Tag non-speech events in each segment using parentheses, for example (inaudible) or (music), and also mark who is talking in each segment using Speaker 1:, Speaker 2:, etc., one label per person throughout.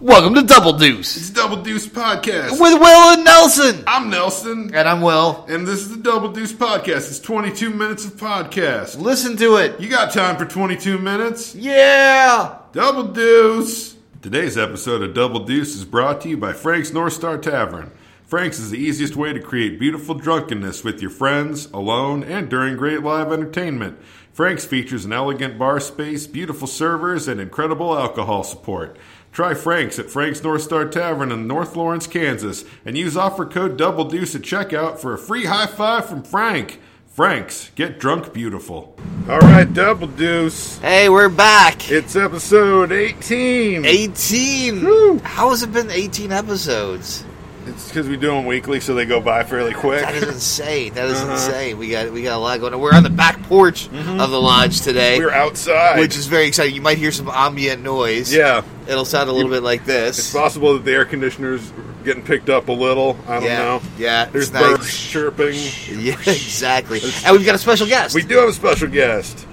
Speaker 1: Welcome to Double Deuce
Speaker 2: It's Double Deuce Podcast.
Speaker 1: with Will and Nelson.
Speaker 2: I'm Nelson,
Speaker 1: And I'm Will.
Speaker 2: and this is the Double Deuce Podcast. It's 22 minutes of podcast.
Speaker 1: Listen to it.
Speaker 2: You got time for 22 minutes?
Speaker 1: Yeah.
Speaker 2: Double Deuce! Today's episode of Double Deuce is brought to you by Frank's North Star Tavern. Frank's is the easiest way to create beautiful drunkenness with your friends, alone, and during great live entertainment. Frank's features an elegant bar space, beautiful servers, and incredible alcohol support. Try Frank's at Frank's North Star Tavern in North Lawrence, Kansas, and use offer code Double Deuce at checkout for a free high five from Frank. Frank's, get drunk beautiful. All right, Double Deuce.
Speaker 1: Hey, we're back.
Speaker 2: It's episode 18.
Speaker 1: 18.
Speaker 2: Woo.
Speaker 1: How has it been 18 episodes?
Speaker 2: It's because we do them weekly, so they go by fairly quick.
Speaker 1: (laughs) That is insane. That is insane. We got we got a lot going on. We're on the back porch of the lodge today,
Speaker 2: We were outside.
Speaker 1: which is very exciting. You might hear some ambient noise.
Speaker 2: yeah.
Speaker 1: It'll sound a little bit like
Speaker 2: It's
Speaker 1: this.
Speaker 2: possible that the air conditioner's getting picked up a little. I don't
Speaker 1: yeah.
Speaker 2: know.
Speaker 1: Yeah.
Speaker 2: There's
Speaker 1: it's nice.
Speaker 2: birds chirping.
Speaker 1: (laughs) Yeah, exactly. And we've got a special guest.
Speaker 2: We do have a special guest.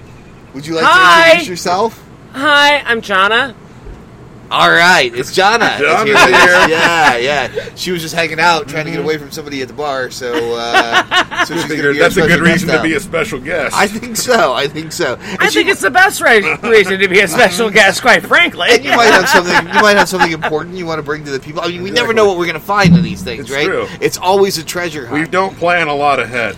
Speaker 1: Would you like
Speaker 3: Hi.
Speaker 1: to introduce yourself?
Speaker 3: Hi, I'm Jana.
Speaker 1: All right, it's Jonna.
Speaker 2: Jonna
Speaker 1: It's here.
Speaker 2: here. Mm-hmm.
Speaker 1: Yeah, yeah. She was just hanging out, trying to get away from somebody at the bar. So, uh, so she's
Speaker 2: I
Speaker 1: gonna
Speaker 2: figured
Speaker 1: be
Speaker 2: that's a
Speaker 1: our
Speaker 2: good
Speaker 1: special
Speaker 2: reason
Speaker 1: guest
Speaker 2: to be
Speaker 1: now.
Speaker 2: a special guest.
Speaker 1: I think so. I think so. And
Speaker 3: I
Speaker 1: she-
Speaker 3: think it's the best re- reason to be a special guest, quite frankly.
Speaker 2: (laughs)
Speaker 1: And you might have something. You might have something important you want to bring to the people. I mean, we never
Speaker 2: Exactly.
Speaker 1: know what we're gonna find in these things,
Speaker 2: It's
Speaker 1: right?
Speaker 2: true.
Speaker 1: It's always a treasure
Speaker 2: we
Speaker 1: hunt.
Speaker 2: don't plan a lot ahead.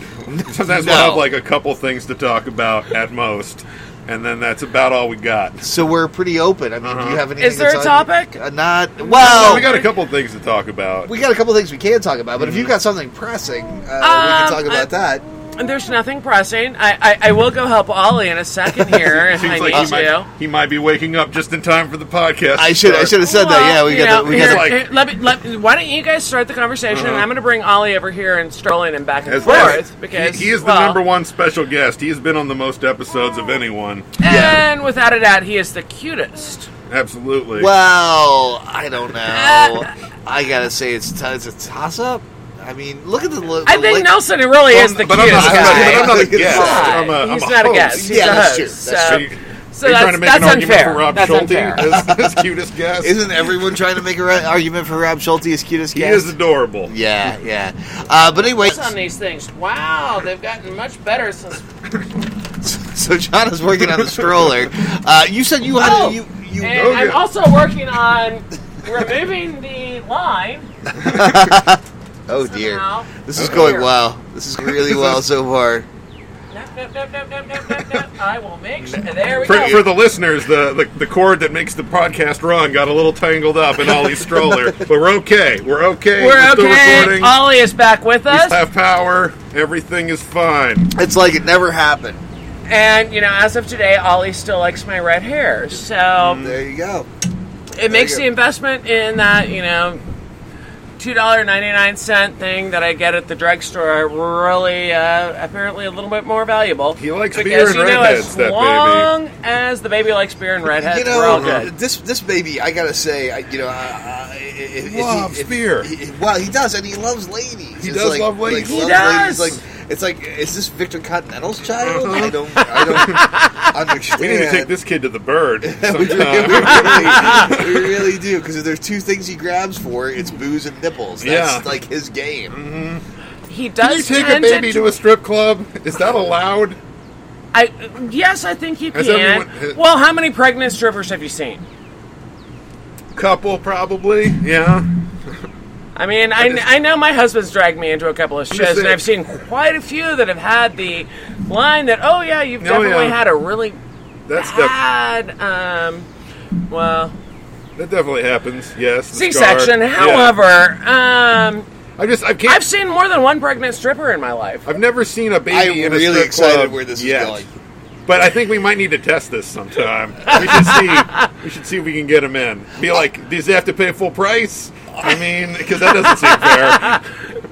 Speaker 2: Sometimes
Speaker 1: No.
Speaker 2: we'll have like a couple things to talk about at most, and then that's about all we got.
Speaker 1: so we're pretty open. I mean, do you have anything?
Speaker 3: Is there
Speaker 1: that's
Speaker 3: a
Speaker 1: on-
Speaker 3: topic?
Speaker 1: Uh, not well.
Speaker 2: So we got a couple things to talk about.
Speaker 1: we got a couple things we can talk about, but if you've got something pressing, uh, we can
Speaker 3: Mm. Um,
Speaker 1: talk about
Speaker 3: I-
Speaker 1: that.
Speaker 3: And there's nothing pressing. I, I, I will go help Ollie in
Speaker 2: (laughs)
Speaker 3: a second here if I
Speaker 2: Seems
Speaker 3: need
Speaker 2: like he
Speaker 3: to.
Speaker 2: might, he might be waking up just in time for the podcast.
Speaker 1: I
Speaker 2: to
Speaker 1: should. I
Speaker 2: start.
Speaker 1: should have said that. Yeah, we
Speaker 3: Well,
Speaker 1: got.
Speaker 3: you
Speaker 1: the, we
Speaker 3: know,
Speaker 1: got.
Speaker 2: here-
Speaker 1: the-
Speaker 3: here- let me, let me- why don't you guys start the conversation? and I'm going to bring Ollie over here and Sterling and back and
Speaker 2: As
Speaker 3: forth
Speaker 2: well.
Speaker 3: because
Speaker 2: Uh-huh. he, he is the
Speaker 3: well,
Speaker 2: number one special guest. He has been on the most episodes of anyone.
Speaker 3: And without a doubt, he is the cutest.
Speaker 2: Absolutely.
Speaker 1: Well, I don't
Speaker 3: (laughs)
Speaker 1: know. I gotta say it's t- it's a toss up. I mean, look at the. Lo-
Speaker 3: I think
Speaker 1: like,
Speaker 3: Nelson really
Speaker 2: Well,
Speaker 3: is the
Speaker 2: but I'm
Speaker 3: cutest
Speaker 2: not,
Speaker 1: guy.
Speaker 2: but I'm not a
Speaker 1: He's not.
Speaker 2: guest. I'm a,
Speaker 3: he's
Speaker 2: I'm
Speaker 3: not a
Speaker 2: host.
Speaker 3: guest. He's
Speaker 1: Yeah,
Speaker 3: a
Speaker 1: that's
Speaker 3: host.
Speaker 1: true. That's
Speaker 3: so
Speaker 2: Are you,
Speaker 3: so
Speaker 2: are you trying to make
Speaker 3: that's-
Speaker 2: an
Speaker 3: that's
Speaker 2: argument
Speaker 3: unfair.
Speaker 2: for Rob
Speaker 3: That's
Speaker 2: Schulte (laughs)
Speaker 3: unfair.
Speaker 2: as, as cutest guest?
Speaker 1: Isn't everyone trying to make an argument for Rob Schulte's cutest
Speaker 2: he
Speaker 1: guest?
Speaker 2: is adorable.
Speaker 1: yeah, yeah. Uh, but anyway,
Speaker 3: on these things. Wow, they've gotten much
Speaker 2: (laughs)
Speaker 3: better since.
Speaker 1: so John is working on the stroller. Uh, you said you had
Speaker 3: Oh,
Speaker 1: you you.
Speaker 3: And
Speaker 2: Oh,
Speaker 3: I'm
Speaker 2: yeah.
Speaker 3: also working on removing the
Speaker 2: (laughs)
Speaker 3: line.
Speaker 1: oh dear,
Speaker 3: somehow.
Speaker 1: this is
Speaker 3: Oh,
Speaker 1: going
Speaker 3: dear.
Speaker 1: well. This is really well so far.
Speaker 3: Nope, nope, nope, nope, nope, nope, nope, nope. I will
Speaker 2: (laughs)
Speaker 3: make sure. There we
Speaker 2: For,
Speaker 3: go.
Speaker 2: for the listeners, the, the the cord that makes the podcast run got a little tangled up in Ollie's
Speaker 1: (laughs)
Speaker 2: stroller, but we're okay. We're okay.
Speaker 3: We're
Speaker 2: still
Speaker 3: okay.
Speaker 2: recording.
Speaker 3: Ollie is back with
Speaker 2: we still
Speaker 3: us,
Speaker 2: have power. Everything is fine.
Speaker 1: It's like it never happened.
Speaker 3: and you know, as of today, Ollie still likes my red hair,
Speaker 2: Mm.
Speaker 3: so
Speaker 1: There you go.
Speaker 3: it makes
Speaker 1: you
Speaker 3: the
Speaker 1: go.
Speaker 3: investment in that you know. Two dollar ninety nine cent thing that I get at the drugstore really uh, apparently a little bit more valuable.
Speaker 2: He likes
Speaker 3: because,
Speaker 2: beer and
Speaker 3: you know,
Speaker 2: redheads,
Speaker 3: As
Speaker 2: that baby.
Speaker 3: long as the baby likes beer and redheads,
Speaker 1: You know,
Speaker 3: we're all
Speaker 2: uh,
Speaker 3: good.
Speaker 1: this this baby, I gotta say, I, you know, I, I, if, if he-
Speaker 2: Loves
Speaker 1: if-
Speaker 2: beer.
Speaker 1: he- well, he does, and he loves ladies.
Speaker 2: He does love ladies.
Speaker 1: Like,
Speaker 3: He
Speaker 1: loves
Speaker 3: does.
Speaker 1: Ladies. Like, it's like, is this Victor Continental's child? I don't, I don't understand.
Speaker 2: Uh-huh. (laughs) We need to take this kid to the bird
Speaker 1: (laughs) we,
Speaker 2: sometime.
Speaker 1: really, we really do because if there's two things he grabs for, it's booze and nipples. That's
Speaker 2: Yeah.
Speaker 1: like his game.
Speaker 3: He does
Speaker 2: Can you take a
Speaker 3: tend
Speaker 2: baby
Speaker 3: to.
Speaker 2: to a strip club? Is that allowed?
Speaker 3: I yes, I think he
Speaker 2: Has
Speaker 3: can.
Speaker 2: everyone-
Speaker 3: well, how many pregnant strippers have you seen?
Speaker 2: Couple, probably. Yeah.
Speaker 3: I mean, I, I know my husband's dragged me into a couple of shows, and
Speaker 2: saying.
Speaker 3: I've seen quite a few that have had the line that, "Oh yeah, you've
Speaker 2: Oh,
Speaker 3: definitely
Speaker 2: yeah.
Speaker 3: had a really
Speaker 2: That's def-
Speaker 3: bad, um, well,
Speaker 2: that definitely happens. Yes. the
Speaker 3: C
Speaker 2: scar.
Speaker 3: section."
Speaker 2: Yeah.
Speaker 3: However, um,
Speaker 2: I just I can't.
Speaker 3: I've
Speaker 2: I've,
Speaker 3: seen more than one pregnant stripper in my life.
Speaker 2: never seen a baby in
Speaker 1: I'm
Speaker 2: a
Speaker 1: really
Speaker 2: strip
Speaker 1: excited
Speaker 2: club
Speaker 1: where this is
Speaker 2: yet.
Speaker 1: going.
Speaker 2: But I think we might need to test this sometime. We should see. we should see if we can get him in. Be like, does he have to pay full price? I mean, because that doesn't seem fair.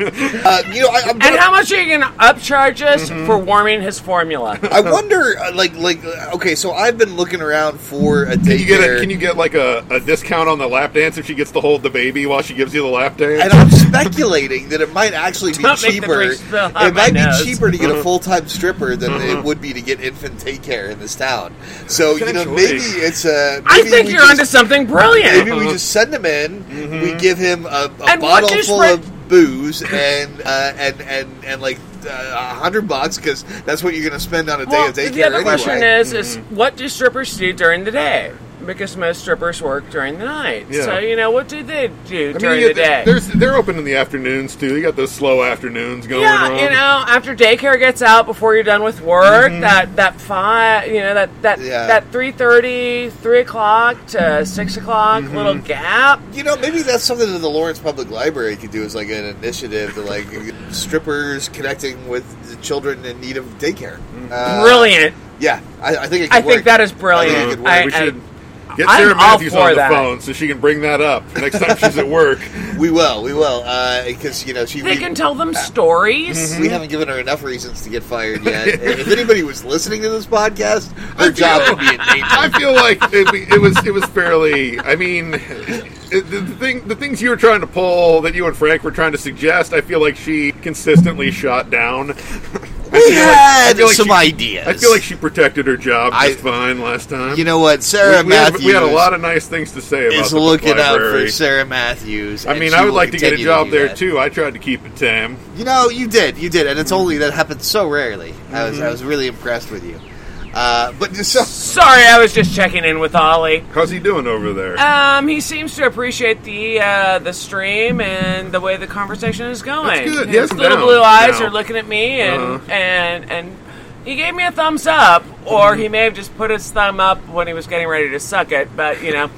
Speaker 1: Uh, you know, I, I'm
Speaker 3: And
Speaker 1: gonna,
Speaker 3: how much are you going to upcharge us
Speaker 1: Mm-hmm.
Speaker 3: for warming his
Speaker 1: (laughs)
Speaker 3: formula?
Speaker 1: I wonder, uh, like, like uh, okay, so I've been looking around for a
Speaker 2: Can you get a,
Speaker 1: daycare,
Speaker 2: can you get like a, a discount on the lap dance if she gets to hold the baby while she gives you the lap dance?
Speaker 1: and I'm speculating that it might
Speaker 3: (laughs)
Speaker 1: actually be
Speaker 3: Don't make the
Speaker 1: cheaper.
Speaker 3: drink spill out
Speaker 1: It
Speaker 3: my
Speaker 1: might
Speaker 3: nose.
Speaker 1: be cheaper to
Speaker 2: (laughs)
Speaker 1: get a full time stripper than
Speaker 2: Mm-hmm.
Speaker 1: it would be to get infant daycare in this town. So you know,
Speaker 2: Potentially.
Speaker 1: maybe it's a.
Speaker 3: I
Speaker 1: maybe
Speaker 3: think
Speaker 1: we
Speaker 3: you're
Speaker 1: just-
Speaker 3: onto something brilliant.
Speaker 1: Maybe we just send him in.
Speaker 2: Mm-hmm.
Speaker 1: We give him a, a
Speaker 3: And what
Speaker 1: bottle
Speaker 3: is
Speaker 1: full
Speaker 3: re-
Speaker 1: of booze and uh, and and and like uh, a hundred bucks because that's what you're going to spend on a day
Speaker 3: Well,
Speaker 1: of daycare
Speaker 3: the other
Speaker 1: anyway. Mm-hmm.
Speaker 3: question is, is what do strippers do during the day? Because most strippers work during the night.
Speaker 2: Yeah.
Speaker 3: So, you know, what do they do
Speaker 2: I mean,
Speaker 3: during
Speaker 2: you
Speaker 3: the
Speaker 2: get-
Speaker 3: day?
Speaker 2: There's, they're open in the afternoons too. You got those slow afternoons going
Speaker 3: yeah,
Speaker 2: on.
Speaker 3: you know, after daycare gets out, before you're done with work, that that five, you know, that that
Speaker 1: Yeah.
Speaker 3: that three thirty, three o'clock to six o'clock little gap.
Speaker 1: You know, maybe that's something that the Lawrence Public Library could do is like an initiative to like strippers connecting with the children in need of daycare.
Speaker 2: Mm.
Speaker 1: Uh,
Speaker 3: Brilliant.
Speaker 1: Yeah, I, I think it could
Speaker 3: I think
Speaker 1: work.
Speaker 3: that is
Speaker 1: I think it
Speaker 3: brilliant.
Speaker 1: could work.
Speaker 3: I-
Speaker 2: we should get
Speaker 3: I'm
Speaker 2: Sarah
Speaker 3: all
Speaker 2: Matthews
Speaker 3: for
Speaker 2: on the
Speaker 3: that.
Speaker 2: phone so she can bring that up next time she's at
Speaker 3: (laughs)
Speaker 2: work.
Speaker 1: we will, we will, because you know she.
Speaker 3: They
Speaker 1: we- Mm-hmm.
Speaker 3: can tell them stories.
Speaker 2: Mm-hmm.
Speaker 1: We haven't given her enough reasons to get fired
Speaker 2: (laughs)
Speaker 1: yet. if anybody was listening to this podcast, her job would be in danger.
Speaker 2: (laughs) I feel like it, be- it was it was fairly. I mean, it, the thing the things you were trying to pull that you and Frank were trying to suggest, I feel like she consistently shot down.
Speaker 1: We
Speaker 2: I
Speaker 1: had
Speaker 2: feel like
Speaker 1: some
Speaker 2: she-
Speaker 1: ideas.
Speaker 2: I feel like she protected her job
Speaker 1: I-
Speaker 2: just fine last time.
Speaker 1: you know what
Speaker 2: we,
Speaker 1: Sarah
Speaker 2: we had,
Speaker 1: Matthews
Speaker 2: we had a lot of nice things to say about
Speaker 1: is
Speaker 2: the
Speaker 1: looking out
Speaker 2: library.
Speaker 1: for Sarah Matthews.
Speaker 2: I
Speaker 1: and
Speaker 2: mean,
Speaker 1: she
Speaker 2: I would
Speaker 1: will
Speaker 2: like to get a
Speaker 1: continue
Speaker 2: job
Speaker 1: do
Speaker 2: there
Speaker 1: that.
Speaker 2: too. I tried to keep it tame.
Speaker 1: You know, you did, you did, and it's only that happens so rarely. I was,
Speaker 3: Mm-hmm.
Speaker 1: I was really impressed with you. Uh, but just so,
Speaker 3: Sorry, I was just checking in with Ollie.
Speaker 2: How's he doing over there?
Speaker 3: Um, he seems to appreciate the uh, the stream and the way the conversation is going.
Speaker 2: That's good. He has
Speaker 3: His
Speaker 2: him
Speaker 3: little
Speaker 2: down
Speaker 3: blue eyes
Speaker 2: now.
Speaker 3: are looking at me, and
Speaker 2: Uh-huh.
Speaker 3: and and he gave me a thumbs up, or
Speaker 2: Mm-hmm.
Speaker 3: he may have just put his thumb up when he was getting ready to suck it. But you know,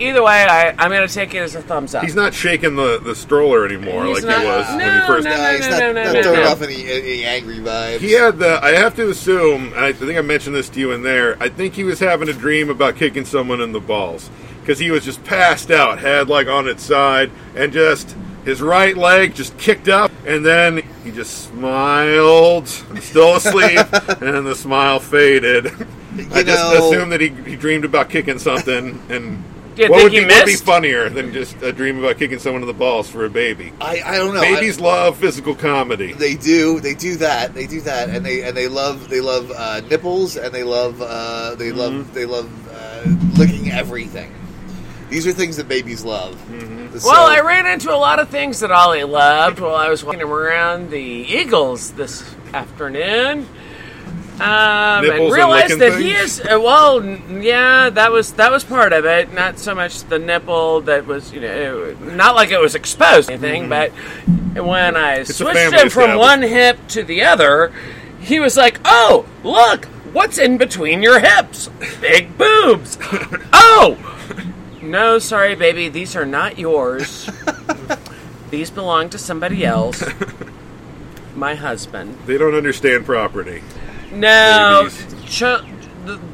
Speaker 3: either way, I, I'm going to take it as a thumbs up.
Speaker 2: he's not shaking the, the stroller anymore
Speaker 3: He's
Speaker 2: like
Speaker 3: not-
Speaker 2: he was when
Speaker 3: no,
Speaker 2: he first.
Speaker 3: no, no.
Speaker 1: it's not, not
Speaker 3: no,
Speaker 1: throwing
Speaker 3: no.
Speaker 1: off any, any angry vibes.
Speaker 2: He had the. I have to assume. And I think I mentioned this to you in there. I think he was having a dream about kicking someone in the balls because he was just passed out, head like on its side, and just his right leg just kicked up, and then he just smiled, still asleep,
Speaker 1: (laughs)
Speaker 2: and then the smile faded. I just
Speaker 1: know-
Speaker 2: assumed that he, he dreamed about kicking something and.
Speaker 3: Do you
Speaker 2: what
Speaker 3: think
Speaker 2: would
Speaker 3: he
Speaker 2: be, what would be
Speaker 3: missed?
Speaker 2: funnier than just a dream about kicking someone in the balls for a baby?
Speaker 1: I, I don't know. I-
Speaker 2: Babies love physical comedy.
Speaker 1: They do. They do that. They do that, and they and they love they love uh, nipples, and they love uh, they
Speaker 3: Mm-hmm.
Speaker 1: love they love uh, licking everything. These are things that babies love. So-
Speaker 3: Mm-hmm. Well, I ran into a lot of things that Ollie loved while I was walking him around the Eagles this afternoon. Um, and
Speaker 2: Nipples and
Speaker 3: realized
Speaker 2: licking
Speaker 3: that he
Speaker 2: things?
Speaker 3: is uh, well, n- yeah, that was that was part of it. Not so much the nipple that was, you know, it- not like it was exposed or anything, but when I
Speaker 2: Mm-hmm. a
Speaker 3: switched
Speaker 2: family
Speaker 3: him from
Speaker 2: establishment.
Speaker 3: one hip to the other, he was like, "Oh, look, what's in between your hips? Big
Speaker 2: (laughs)
Speaker 3: boobs." oh. No, sorry, baby. These are
Speaker 2: (laughs)
Speaker 3: not yours. These belong to somebody else. My husband.
Speaker 2: They don't understand property.
Speaker 3: No,
Speaker 2: Babies.
Speaker 3: ch- the,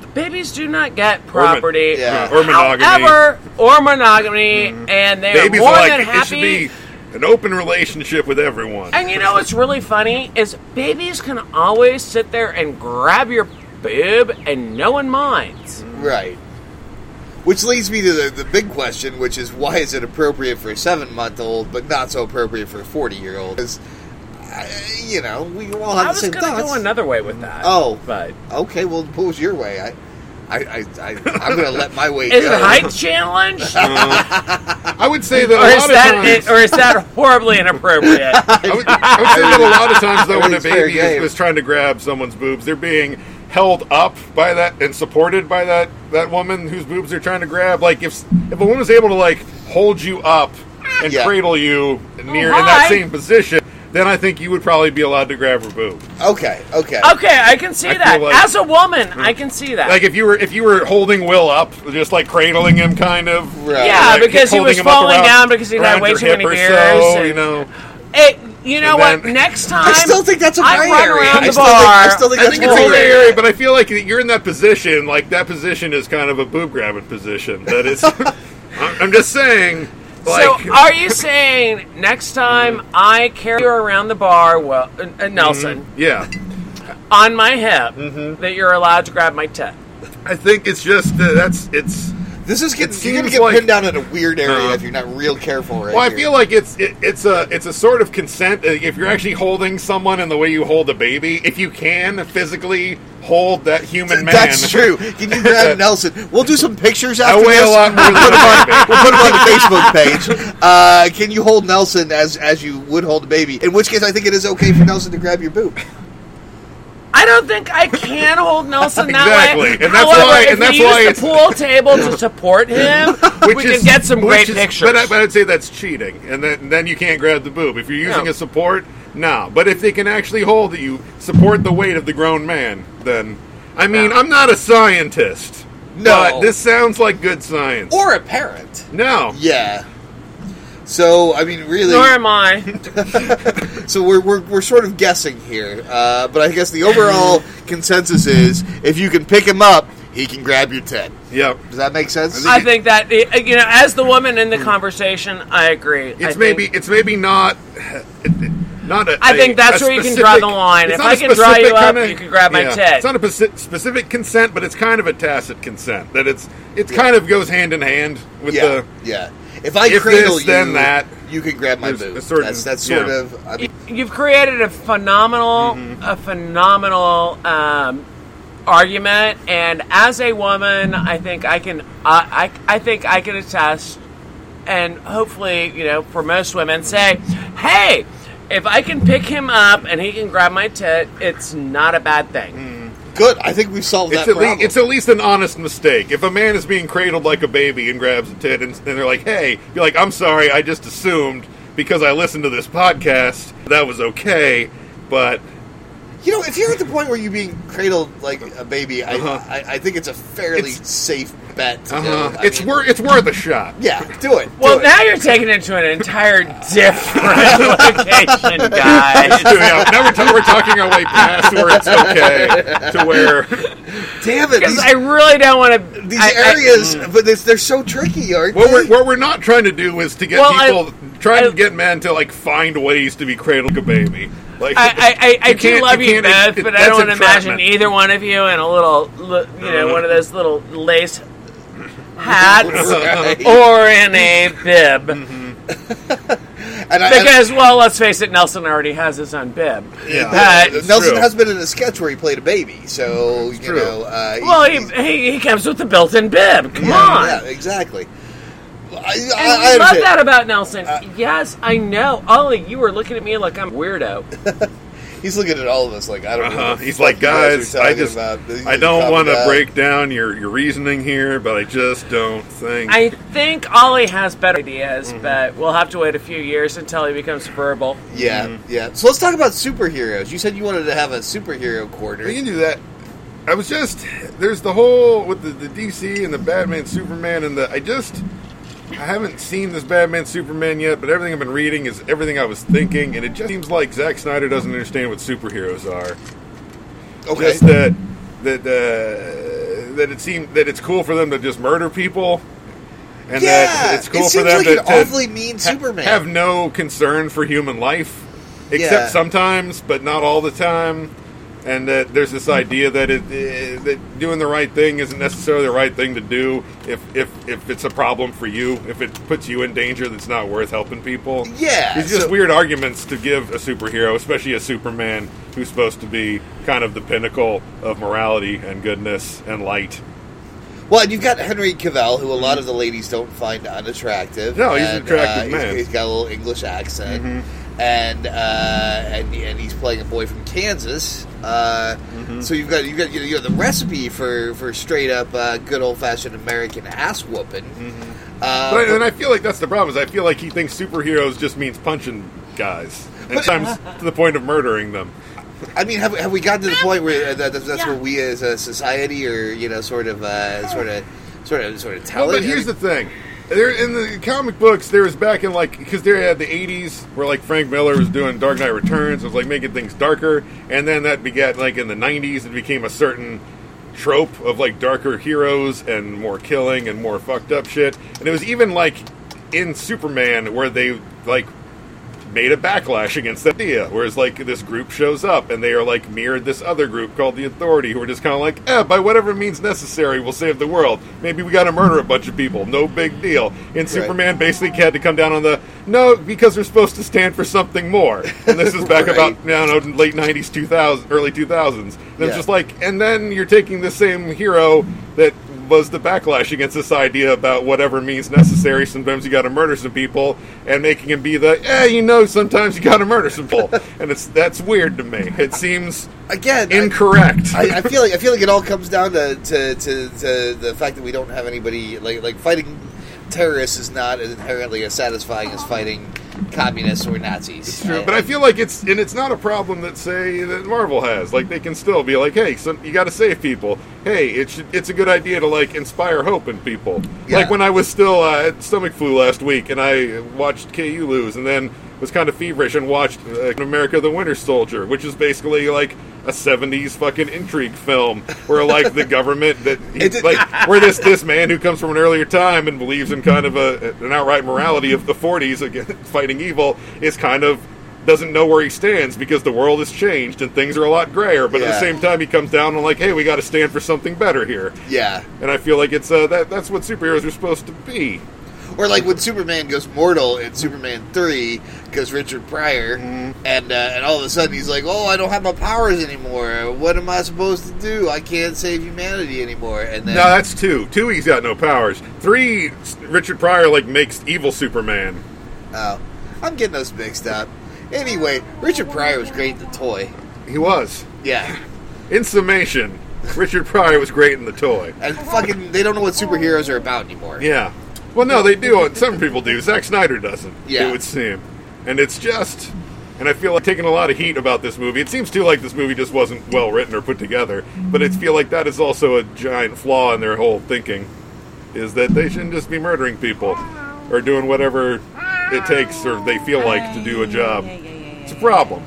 Speaker 3: the babies do not get property.
Speaker 1: yeah. Mm-hmm.
Speaker 2: Or monogamy.
Speaker 3: However, or monogamy, and they
Speaker 2: Babies
Speaker 3: are more
Speaker 2: are like,
Speaker 3: than
Speaker 2: it should
Speaker 3: happy.
Speaker 2: be an open relationship with everyone.
Speaker 3: And you know what's really funny is babies can always sit there and grab your boob, and no one minds.
Speaker 1: right. Which leads me to the, the big question, which is why is it appropriate for a seven month old, but not so appropriate for a forty year old? Because you know we all have
Speaker 3: I
Speaker 1: the
Speaker 3: was
Speaker 1: same
Speaker 3: gonna
Speaker 1: thoughts.
Speaker 3: go another way with that.
Speaker 1: Oh. (laughs)
Speaker 3: but
Speaker 1: okay, well, what was your way? I, I, I, I I'm going to let my way
Speaker 3: (laughs) is
Speaker 1: go.
Speaker 3: it
Speaker 1: (laughs)
Speaker 3: height challenge?
Speaker 2: I would say that a
Speaker 3: or is
Speaker 2: lot of
Speaker 3: that
Speaker 2: times.
Speaker 3: or is that horribly
Speaker 1: (laughs)
Speaker 3: inappropriate?
Speaker 2: I, would, I would say that a lot of times, though, when a
Speaker 1: Everything's fair
Speaker 2: baby is,
Speaker 1: game.
Speaker 2: is trying to grab someone's boobs, they're being held up by that and supported by that that woman whose boobs they're trying to grab. Like if if a woman's able to like hold you up and
Speaker 1: Yeah.
Speaker 2: cradle you near in
Speaker 3: hi.
Speaker 2: that same position, then I think you would probably be allowed to grab her boob.
Speaker 1: Okay, okay.
Speaker 3: Okay, I can see
Speaker 2: I
Speaker 3: that.
Speaker 2: feel like-
Speaker 3: As a woman, I can see that.
Speaker 2: Like if you were if you were holding Will up, just like cradling him, kind of.
Speaker 1: Right.
Speaker 3: yeah,
Speaker 2: like,
Speaker 3: because he
Speaker 2: holding
Speaker 3: was
Speaker 2: him up
Speaker 3: falling
Speaker 2: around-
Speaker 3: down because he had
Speaker 2: around
Speaker 3: way
Speaker 2: your
Speaker 3: too
Speaker 2: hip
Speaker 3: many
Speaker 2: or
Speaker 3: beers.
Speaker 2: So,
Speaker 3: and-
Speaker 2: you know,
Speaker 3: Hey, you know
Speaker 2: And
Speaker 3: what?
Speaker 2: then-
Speaker 3: Next time,
Speaker 1: I still think that's a
Speaker 3: I
Speaker 1: gray
Speaker 3: run
Speaker 1: area.
Speaker 3: around
Speaker 1: I
Speaker 3: the
Speaker 1: still think-
Speaker 3: bar.
Speaker 1: I still think
Speaker 2: I
Speaker 1: that's
Speaker 2: think it's a
Speaker 1: gray
Speaker 2: gray
Speaker 1: area.
Speaker 2: area, but I feel like you're in that position. Like that position is kind of a boob grabbing position. That is, I'm I'm just saying. Like,
Speaker 3: so, uh, are you saying next time I carry you around the bar, well, uh, uh, Nelson,
Speaker 2: yeah.
Speaker 3: on my hip,
Speaker 2: Mm-hmm.
Speaker 3: that you're allowed to grab my tit?
Speaker 2: I think it's just uh, that's it's.
Speaker 1: This is getting,
Speaker 2: It
Speaker 1: you're gonna
Speaker 2: seems
Speaker 1: get
Speaker 2: like-
Speaker 1: pinned down in a weird area
Speaker 2: Uh-huh.
Speaker 1: if you're not real careful. Right
Speaker 2: Well, I
Speaker 1: here.
Speaker 2: feel like it's it, it's a it's a sort of consent uh, if you're actually holding someone in the way you hold a baby. If you can physically hold that human man,
Speaker 1: that's
Speaker 2: (laughs)
Speaker 1: true. Can you grab Nelson? We'll do some pictures
Speaker 2: I
Speaker 1: after
Speaker 2: weigh
Speaker 1: this.
Speaker 2: a lot more than a baby.
Speaker 1: We'll put it on the (laughs) Facebook page. Uh, can you hold Nelson as as you would hold a baby? In which case, I think it is okay for Nelson to grab your boob.
Speaker 3: I don't think I can hold
Speaker 2: (laughs)
Speaker 3: Nelson that way.
Speaker 2: Exactly, and that's
Speaker 3: However,
Speaker 2: why-
Speaker 3: if
Speaker 2: and that's
Speaker 3: we
Speaker 2: why
Speaker 3: use
Speaker 2: it's-
Speaker 3: the pool table
Speaker 2: (laughs)
Speaker 3: to support him, (laughs) we can get some
Speaker 2: which
Speaker 3: great
Speaker 2: is-
Speaker 3: pictures.
Speaker 2: But, I, but I'd say that's cheating, and then, then you can't grab the boob if you're using
Speaker 3: No.
Speaker 2: a support. Nah, but if they can actually hold it, you support the weight of the grown man. Then, I mean,
Speaker 3: No.
Speaker 2: I'm not a scientist.
Speaker 1: No.
Speaker 2: but this sounds like good science.
Speaker 1: Or a parent.
Speaker 2: no,
Speaker 1: Yeah. So I mean, really.
Speaker 3: Nor am
Speaker 2: (laughs)
Speaker 3: I.
Speaker 1: So we're, we're, we're sort of guessing here, uh, but I guess the (laughs) overall consensus is if you can pick him up, he can grab your tit.
Speaker 2: yep.
Speaker 1: Does that make sense?
Speaker 3: I think that uh, you know, as the woman in the conversation, I agree. I
Speaker 2: It's
Speaker 3: think-
Speaker 2: maybe it's maybe not. Not a,
Speaker 3: I think
Speaker 2: a-
Speaker 3: that's
Speaker 2: a
Speaker 3: where you can
Speaker 2: specific-
Speaker 3: draw the line.
Speaker 2: it's
Speaker 3: If
Speaker 2: not
Speaker 3: I
Speaker 2: a
Speaker 3: can draw you
Speaker 2: specific
Speaker 3: up,
Speaker 2: kinda-
Speaker 3: you can grab my
Speaker 2: yeah.
Speaker 3: tit.
Speaker 2: It's not a speci- specific consent, but it's kind of a tacit consent. That it's it kind of goes hand in hand with
Speaker 1: yeah,
Speaker 2: the
Speaker 1: yeah. If I
Speaker 2: if
Speaker 1: cradle
Speaker 2: this,
Speaker 1: you,
Speaker 2: then that.
Speaker 1: you can grab my
Speaker 2: There's
Speaker 1: boob.
Speaker 2: a certain-
Speaker 1: that's that's sort
Speaker 2: yeah.
Speaker 1: of. I mean,
Speaker 3: You've created a phenomenal,
Speaker 1: Mm-hmm.
Speaker 3: a phenomenal um, argument, and as a woman, I think I can, I, I, I think I can attest, and hopefully, you know, for most women, say, hey. If I can pick him up and he can grab my tit, it's not a bad thing.
Speaker 1: Mm. good. I think we've solved
Speaker 2: It's
Speaker 1: that
Speaker 2: at, le-
Speaker 1: problem.
Speaker 2: it's at least an honest mistake. If a man is being cradled like a baby and grabs a tit, and, and they're like, "Hey," you're like, "I'm sorry, I just assumed because I listened to this podcast that was okay," but
Speaker 1: you know, if you're at the point where you're being cradled like a baby, I,
Speaker 2: Uh-huh.
Speaker 1: I, I think it's a fairly
Speaker 2: It's-
Speaker 1: safe bet. To do.
Speaker 2: uh
Speaker 1: I
Speaker 2: it's
Speaker 1: mean,
Speaker 2: worth it's worth a shot.
Speaker 1: Yeah, do it.
Speaker 3: Well,
Speaker 1: do it.
Speaker 3: now you're taking it to an entire different (laughs)
Speaker 1: (laughs)
Speaker 3: location, guys.
Speaker 2: Yeah, now we're, ta- we're talking our way past where it's okay to where
Speaker 1: damn it!
Speaker 3: Because
Speaker 1: These,
Speaker 3: I really don't want to.
Speaker 1: these areas, but they're, they're so tricky, aren't
Speaker 2: what Mm. we're
Speaker 1: they?
Speaker 2: what we're not trying to do is to get
Speaker 3: Well, I-
Speaker 2: people try
Speaker 3: I-
Speaker 2: to get men to like find ways to be cradled like a baby. Like
Speaker 3: I, I, I, I
Speaker 2: you
Speaker 3: do
Speaker 2: can't-
Speaker 3: love you,
Speaker 2: can't-
Speaker 3: both,
Speaker 2: it-
Speaker 3: but I
Speaker 2: that's
Speaker 3: don't want to imagine
Speaker 2: entrapment.
Speaker 3: either one of you in a little, li- you know, one of those little lace
Speaker 1: (laughs)
Speaker 3: hats
Speaker 1: Right.
Speaker 2: Uh-huh.
Speaker 3: or in a bib.
Speaker 1: And I- and-
Speaker 3: Because, well, let's face it, Nelson already has his own bib.
Speaker 2: Yeah.
Speaker 3: But-
Speaker 2: It's
Speaker 1: Nelson
Speaker 2: true.
Speaker 1: has been in a sketch where he played a baby, so you
Speaker 2: true.
Speaker 1: know. Uh, he-
Speaker 3: well, he,
Speaker 1: he's-
Speaker 3: he, he comes with the built-in bib. Come on.
Speaker 1: yeah, exactly. I, I,
Speaker 3: And
Speaker 1: I
Speaker 3: I, love
Speaker 1: understand.
Speaker 3: that about Nelson. yes, I know. Ollie, you were looking at me like I'm a weirdo.
Speaker 1: He's looking at all of us like I don't. know
Speaker 2: Uh-huh.
Speaker 1: what the
Speaker 2: He's
Speaker 1: fuck
Speaker 2: like,
Speaker 1: you are
Speaker 2: guys, I
Speaker 1: talking
Speaker 2: just,
Speaker 1: about. These
Speaker 2: I
Speaker 1: are
Speaker 2: don't
Speaker 1: top
Speaker 2: want to
Speaker 1: guys."
Speaker 2: break down your, your reasoning here, but I just don't think.
Speaker 3: I think Ollie has better ideas, but we'll have to wait a few years until he becomes verbal.
Speaker 1: Yeah, yeah. So let's talk about superheroes. You said you wanted to have a superhero quarter.
Speaker 2: we can do that. I was just there's the whole with the, the DC and the Batman Superman and the I just I haven't seen this Batman Superman yet, but everything I've been reading is everything I was thinking, and it just seems like Zack Snyder doesn't understand what superheroes are.
Speaker 1: Okay.
Speaker 2: Just that that uh, that it seemed that it's cool for them to just murder people, and
Speaker 1: yeah,
Speaker 2: that it's cool
Speaker 1: it
Speaker 2: for
Speaker 1: seems
Speaker 2: them
Speaker 1: like
Speaker 2: to,
Speaker 1: an
Speaker 2: to
Speaker 1: awfully mean
Speaker 2: ha-
Speaker 1: Superman.
Speaker 2: have no concern for human life, except
Speaker 1: Yeah.
Speaker 2: sometimes, but not all the time. And that there's this idea that it, eh, that doing the right thing isn't necessarily the right thing to do if, if if it's a problem for you, if it puts you in danger, that's not worth helping people.
Speaker 1: Yeah,
Speaker 2: it's just
Speaker 1: so-
Speaker 2: weird arguments to give a superhero, especially a Superman who's supposed to be kind of the pinnacle of morality and goodness and light.
Speaker 1: Well, and you've got Henry Cavill, who a lot of the ladies don't find unattractive.
Speaker 2: Mm-hmm. No, he's an
Speaker 1: And, uh,
Speaker 2: attractive
Speaker 1: he's-
Speaker 2: man. Mm-hmm.
Speaker 1: he's got a little English accent, and uh, and and he's playing a boy from Kansas. Uh,
Speaker 2: Mm-hmm.
Speaker 1: So you've got you've got you know, you know, the recipe for for straight up uh, good old fashioned American ass whooping. Uh,
Speaker 2: Mm-hmm. But I, and I feel like that's the problem. Is I feel like he thinks superheroes just means punching guys, and sometimes to the point of murdering them.
Speaker 1: I mean, have, have we gotten to the point where uh, that, that's
Speaker 3: Yeah.
Speaker 1: where we as a society, or you know, sort of uh, sort of sort of sort of
Speaker 2: Well,
Speaker 1: telling?
Speaker 2: but here's the thing: there in the comic books, there was back in like because there had the '80s where like Frank Miller was doing Dark Knight Returns, was like making things darker, and then that begat like in the '90s, it became a certain trope of like darker heroes and more killing and more fucked up shit, and it was even like in Superman where they like made a backlash against that idea. Whereas like this group shows up and they are like mirrored this other group called the Authority, who are just kind of like, eh, by whatever means necessary, we'll save the world. Maybe we got to murder a bunch of people, no big deal. And Superman basically had to come down on the no because we're supposed to stand for something more. And this is back
Speaker 1: Right.
Speaker 2: about now no, late '90s, 2000, early 2000s. And it's
Speaker 1: Yeah.
Speaker 2: just like, and then you're taking the same hero that was the backlash against this idea about whatever means necessary. Sometimes you got to murder some people, and making him be the, eh, you know, sometimes you got to murder some
Speaker 1: (laughs)
Speaker 2: people, and it's that's weird to me. It seems
Speaker 1: Again, I-
Speaker 2: incorrect.
Speaker 1: I, I feel like I feel like it all comes down to, to, to, to the fact that we don't have anybody like like fighting terrorists is not inherently as satisfying as fighting communists or Nazis.
Speaker 2: It's true, but I feel like it's and it's not a problem that say that Marvel has. Like they can still be like, hey, so you got to save people. Hey, it should, it's a good idea to like inspire hope in people. Like
Speaker 1: Yeah.
Speaker 2: when I was still uh, at stomach flu last week, and I watched KU lose, and then was kind of feverish and watched uh, America: The Winter Soldier, which is basically like a 70s fucking intrigue film where like the government that
Speaker 1: It did-
Speaker 2: like where this this man who comes from an earlier time and believes in kind of a an outright morality of the 40s again (laughs) fighting evil is kind of doesn't know where he stands because the world has changed and things are a lot grayer but at the
Speaker 1: Yeah.
Speaker 2: same time he comes down and like hey we got to stand for something better here
Speaker 1: yeah,
Speaker 2: and i feel like it's uh, that that's what superheroes are supposed to be
Speaker 1: or like when Superman goes mortal in Superman three because Richard Pryor,
Speaker 2: Mm-hmm.
Speaker 1: and uh, and all of a sudden he's like, oh, I don't have my powers anymore. What am I supposed to do? I can't save humanity anymore. And then
Speaker 2: no that's two two he's got no powers three s- richard pryor like makes evil superman
Speaker 1: oh, I'm getting those mixed up. Anyway, Richard Pryor was great in the toy.
Speaker 2: he was
Speaker 1: Yeah.
Speaker 2: in summation richard pryor was great in the toy
Speaker 1: And fucking, they don't know what superheroes are about anymore.
Speaker 2: Yeah. Well, no, they do. Some people do. Zack Snyder doesn't.
Speaker 1: Yeah.
Speaker 2: It would seem. And it's just. And I feel like taking a lot of heat about this movie. It seems too like this movie just wasn't well written or put together. But it feel like that is also a giant flaw in their whole thinking, is that they shouldn't just be murdering people or doing whatever it takes or they feel like to do a job. It's a problem.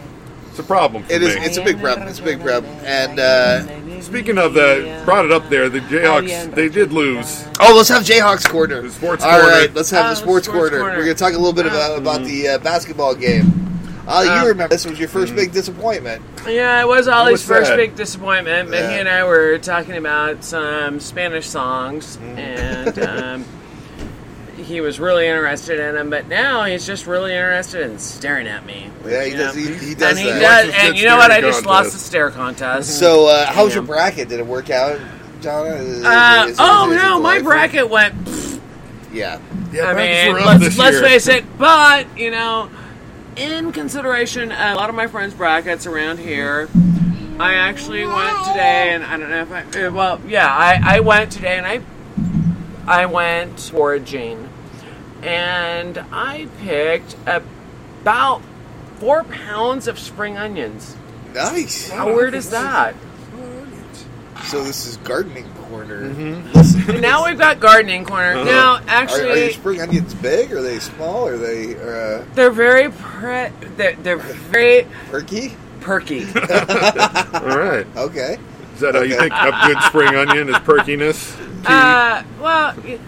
Speaker 2: It's a problem for
Speaker 1: It
Speaker 2: me.
Speaker 1: is. It's a big problem. It's a big problem. And uh,
Speaker 2: Speaking of that, brought it up there. The
Speaker 3: Oh,
Speaker 2: Jayhawks they did lose.
Speaker 1: oh, let's have Jayhawks corner.
Speaker 2: The sports
Speaker 1: All
Speaker 2: corner.
Speaker 1: right, let's have
Speaker 3: Oh,
Speaker 1: the sports,
Speaker 3: sports
Speaker 1: corner.
Speaker 3: corner. Oh.
Speaker 1: We're gonna talk a little bit about about the uh, basketball game. Uh,
Speaker 3: Uh,
Speaker 1: you remember this was your first big disappointment.
Speaker 3: Yeah, it was Ollie's
Speaker 2: What's
Speaker 3: first
Speaker 2: that?
Speaker 3: big disappointment, but he
Speaker 1: Yeah.
Speaker 3: and I were talking about some Spanish songs,
Speaker 1: Mm. (laughs)
Speaker 3: and um, he was really interested in them, but now he's just really interested in staring at me.
Speaker 1: Yeah, he
Speaker 3: you
Speaker 1: does.
Speaker 3: know?
Speaker 1: He, he does
Speaker 3: mm-hmm. and he
Speaker 1: that.
Speaker 3: does,
Speaker 2: Watches
Speaker 3: and
Speaker 2: that
Speaker 3: you know what? I
Speaker 2: staring
Speaker 3: just lost
Speaker 2: contest.
Speaker 3: the stare contest.
Speaker 1: So, uh, how was your
Speaker 3: Yeah.
Speaker 1: bracket? Did it work out, John? Is- is-
Speaker 3: uh,
Speaker 1: is- is-
Speaker 3: oh
Speaker 1: is it
Speaker 3: no, my
Speaker 1: delightful?
Speaker 3: bracket went.
Speaker 1: Yeah,
Speaker 2: Yeah,
Speaker 3: I
Speaker 2: brackets
Speaker 3: mean,
Speaker 2: were up
Speaker 3: let's,
Speaker 2: this
Speaker 3: let's
Speaker 2: year.
Speaker 3: face it, but, you know, in consideration of a lot of my friends' brackets around here, I actually went today, and I don't know if I, uh, well, yeah, I, I went today and I, I went for a Jane, and I picked about four pounds of spring onions.
Speaker 1: nice.
Speaker 3: How weird is
Speaker 1: (laughs)
Speaker 3: that?
Speaker 1: So this is gardening corner.
Speaker 3: Now we've got gardening corner. Now,
Speaker 1: Uh-huh. Are,
Speaker 3: actually,
Speaker 1: are your spring onions big? Are they small? Are they uh,
Speaker 3: they're very pre- they're, they're very
Speaker 1: perky? (laughs)
Speaker 3: perky.
Speaker 2: All right.
Speaker 1: Okay.
Speaker 2: Is that how you
Speaker 1: Okay.
Speaker 2: pick up good spring onion? Is
Speaker 3: (laughs)
Speaker 2: perkiness?
Speaker 3: Uh, well, y-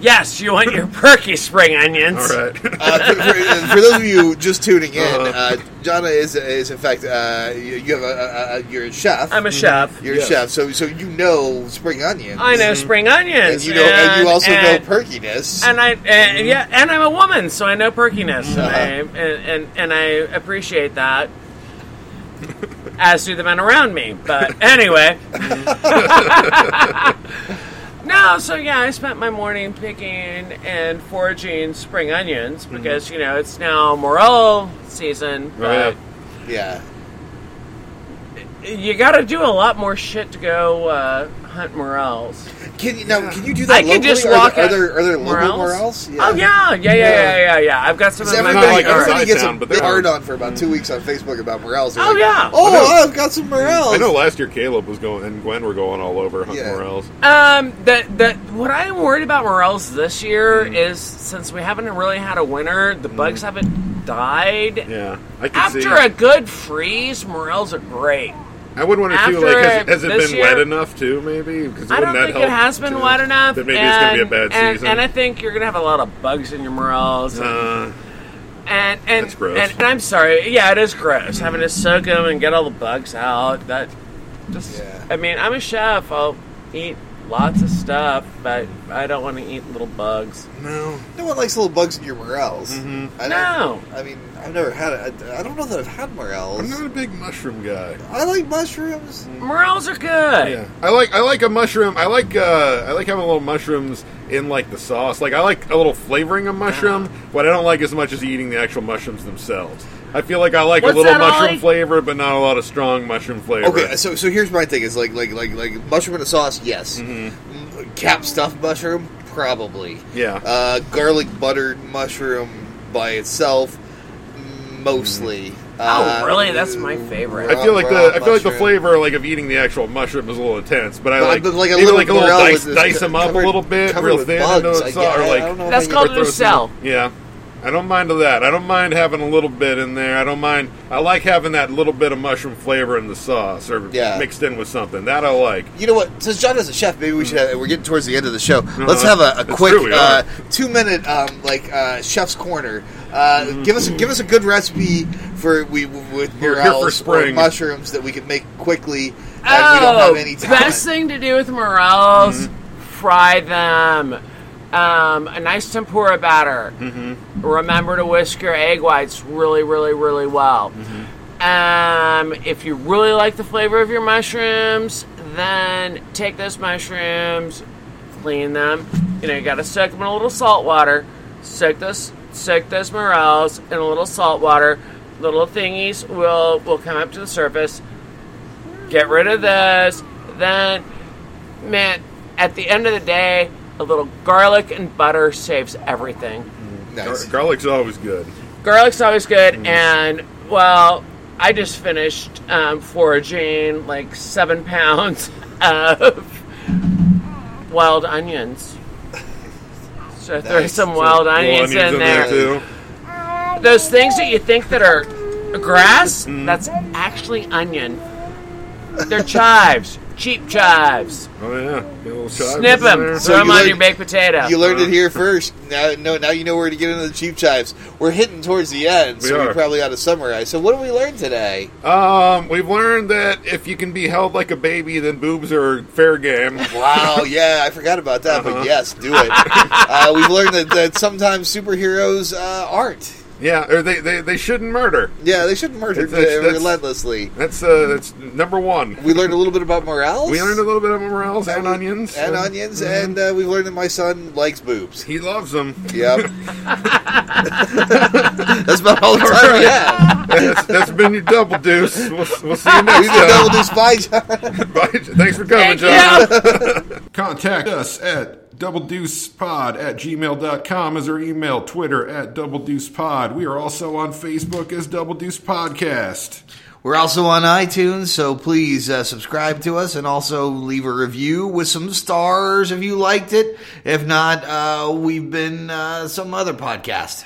Speaker 3: yes, you (laughs) want your perky spring
Speaker 2: All
Speaker 3: onions.
Speaker 2: right.
Speaker 1: Uh, for, for, for those of you just tuning in,
Speaker 3: Uh-huh.
Speaker 1: uh, Jana is is in fact uh, you, you have a, a, a you're a chef.
Speaker 3: I'm a chef.
Speaker 1: you're
Speaker 2: Yes.
Speaker 1: a chef, so so you know spring onions.
Speaker 3: I know spring onions.
Speaker 1: Mm-hmm. and you know, and, you also
Speaker 3: and-
Speaker 1: know perkiness.
Speaker 3: And I and, yeah, and I'm a woman, so I know perkiness,
Speaker 1: Uh-huh.
Speaker 3: and, I, and, and and I appreciate that. as do the men around me, but anyway. (laughs) no, so yeah, I spent my morning picking and foraging spring onions because you know it's now morel season.
Speaker 2: Oh, yeah.
Speaker 3: But
Speaker 1: yeah,
Speaker 3: You got to do a lot more shit to go uh, hunt morels.
Speaker 1: can you now? Can you do that?
Speaker 3: I can just
Speaker 1: locally?
Speaker 3: walk.
Speaker 1: Are
Speaker 3: up-
Speaker 1: there, are there, are there local morels?
Speaker 3: Oh yeah, yeah, yeah, yeah, yeah, yeah. I've got some
Speaker 1: Because
Speaker 3: in my
Speaker 1: everybody,
Speaker 2: like
Speaker 3: backyard.
Speaker 1: everybody
Speaker 2: outside
Speaker 1: gets
Speaker 2: town,
Speaker 1: a
Speaker 2: but
Speaker 1: big
Speaker 2: there are.
Speaker 1: hard on for about two weeks on Facebook about morels. They're
Speaker 3: Oh, yeah.
Speaker 1: Oh,
Speaker 2: I know.
Speaker 1: I've got some morels.
Speaker 2: I know last year Caleb was going and Gwen were going all over hunting
Speaker 1: Oh, Yeah.
Speaker 2: morels.
Speaker 3: Um, that that what I'm worried about morels this year is since we haven't really had a winter, the bugs haven't died.
Speaker 2: Mm. Yeah, I can
Speaker 3: After
Speaker 2: see.
Speaker 3: a good freeze, morels are great.
Speaker 2: I I would wonder too.
Speaker 3: After
Speaker 2: Like, has, has it
Speaker 3: this
Speaker 2: been
Speaker 3: year-
Speaker 2: wet enough too? Maybe because
Speaker 3: I don't think it has been wet enough.
Speaker 2: That maybe
Speaker 3: and,
Speaker 2: it's gonna be a bad
Speaker 3: and-
Speaker 2: season.
Speaker 3: And I think you're gonna have a lot of bugs in your morals. and-
Speaker 2: Uh,
Speaker 3: and and,
Speaker 2: That's gross.
Speaker 3: and and I'm sorry. Yeah, it is gross having to soak them and get all the bugs out. That just.
Speaker 1: Yeah.
Speaker 3: I mean, I'm a chef. I'll eat lots of stuff, but I don't want to eat little bugs.
Speaker 2: no,
Speaker 1: No one likes little bugs in your morels. I don't-
Speaker 3: Mm-hmm. No.
Speaker 1: I mean, I've never had it. I, I don't know that I've had morels.
Speaker 2: I'm not a big mushroom guy.
Speaker 1: I like mushrooms.
Speaker 3: Morels are good.
Speaker 2: Yeah, I like I like a mushroom. I like uh, I like having little mushrooms in like the sauce. Like I like a little flavoring of mushroom, but I don't like as much as eating the actual mushrooms themselves. I feel like I like
Speaker 3: What's
Speaker 2: a little
Speaker 3: that,
Speaker 2: mushroom
Speaker 3: Ollie?
Speaker 2: flavor, but not a lot of strong mushroom flavor.
Speaker 1: Okay, so so here's my thing: is like like like like mushroom in a sauce, yes. Mm, Cap stuffed mushroom, probably.
Speaker 2: Mm-hmm. Yeah.
Speaker 1: Uh, garlic buttered mushroom by itself, mostly. Uh,
Speaker 3: Oh, really? That's my favorite.
Speaker 1: raw-
Speaker 2: I feel like
Speaker 1: raw
Speaker 2: the I feel like the
Speaker 1: mushroom.
Speaker 2: flavor like of eating the actual mushroom is a little intense, but I
Speaker 1: But-
Speaker 2: like
Speaker 1: but
Speaker 2: maybe like a little
Speaker 1: morel
Speaker 2: dice,
Speaker 1: with this
Speaker 2: dice them up a
Speaker 1: covered-
Speaker 2: little bit,
Speaker 1: covered
Speaker 2: real
Speaker 1: with
Speaker 2: thin,
Speaker 1: bugs,
Speaker 2: into
Speaker 1: I
Speaker 2: it, so-
Speaker 1: guess.
Speaker 2: or
Speaker 1: I
Speaker 2: like
Speaker 1: don't know if
Speaker 3: That's
Speaker 1: I can-
Speaker 3: called
Speaker 2: Or
Speaker 3: a
Speaker 2: throw some-
Speaker 3: cell.
Speaker 2: Yeah. I don't mind that. I don't mind having a little bit in there. I don't mind. I like having that little bit of mushroom flavor in the sauce or
Speaker 1: Yeah.
Speaker 2: mixed in with something. That I like.
Speaker 1: You know what? Since John is a chef, maybe we should. Have, we're getting towards the end of the show. Let's
Speaker 2: Uh,
Speaker 1: have a, a
Speaker 2: it's
Speaker 1: quick
Speaker 2: true, we
Speaker 1: uh,
Speaker 2: are.
Speaker 1: two-minute, um, like uh, chef's corner. Uh, Give us give us a good recipe for we with
Speaker 2: Mm-hmm. We're here
Speaker 1: morels
Speaker 2: for spring.
Speaker 1: or mushrooms that we can make quickly.
Speaker 3: Oh,
Speaker 1: and we don't have any Mm-hmm. time.
Speaker 3: best thing to do with morels, fry them. Um, a nice tempura batter. Mm-hmm. Remember to whisk your egg whites really, really, really well.
Speaker 1: Mm-hmm.
Speaker 3: Um, if you really like the flavor of your mushrooms, then take those mushrooms, clean them. You know, you got to soak them in a little salt water. Soak those, soak those morels in a little salt water. Little thingies will will come up to the surface get rid of this. Then, man, at the end of the day, a little garlic and butter saves everything.
Speaker 2: Gar-
Speaker 1: Nice.
Speaker 2: garlic's always good.
Speaker 3: Garlic's always good, and well, I just finished um, foraging like seven (laughs) pounds of wild onions. So throw
Speaker 1: Nice.
Speaker 3: some wild Oh, onions, in there.
Speaker 2: too.
Speaker 3: Those things that you think that are grass, that's actually onion. They're chives, cheap chives.
Speaker 2: Oh yeah, Get a little chives
Speaker 3: Snip
Speaker 2: in
Speaker 3: them.
Speaker 2: there.
Speaker 1: So
Speaker 3: throw them
Speaker 1: you
Speaker 3: on
Speaker 1: like-
Speaker 3: your baked potato.
Speaker 1: You learned it
Speaker 2: uh-huh.
Speaker 1: here first. Now, no, now you know where to get into the cheap chives. We're hitting towards the end, so we,
Speaker 2: We are.
Speaker 1: probably ought to summarize. So, what did we learn today?
Speaker 2: Um, we've learned that if you can be held like a baby, then boobs are fair game. (laughs)
Speaker 1: Wow, yeah, I forgot about that,
Speaker 2: Uh-huh.
Speaker 1: but yes, do it. uh, we've learned that, that sometimes superheroes uh, aren't.
Speaker 2: yeah, or they, they, they shouldn't murder.
Speaker 1: Yeah, they shouldn't murder
Speaker 2: That's- that's-
Speaker 1: uh,
Speaker 2: that's-
Speaker 1: relentlessly.
Speaker 2: That's uh, that's number one.
Speaker 1: We learned a little bit about morals.
Speaker 2: We learned a little bit of morels and onions
Speaker 1: and onions, and uh, we've learned that my son likes (laughs) boobs.
Speaker 2: He loves them.
Speaker 1: Yep. (laughs) That's about all the time we have.
Speaker 2: that's, that's been your double deuce. We'll, we'll see you next
Speaker 1: We've been
Speaker 2: time.
Speaker 1: double deuce by (laughs) John.
Speaker 2: Bye. Thanks for coming,
Speaker 3: Thank
Speaker 2: John.
Speaker 3: you.
Speaker 4: Contact us at doubledeucepod at gmail.com is our email. Twitter at doubledeucepod. We are also on Facebook as Double Deuce Podcast.
Speaker 1: We're also on iTunes, so please uh, subscribe to us and also leave a review with some stars if you liked it. If not, uh, we've been uh, some other podcast.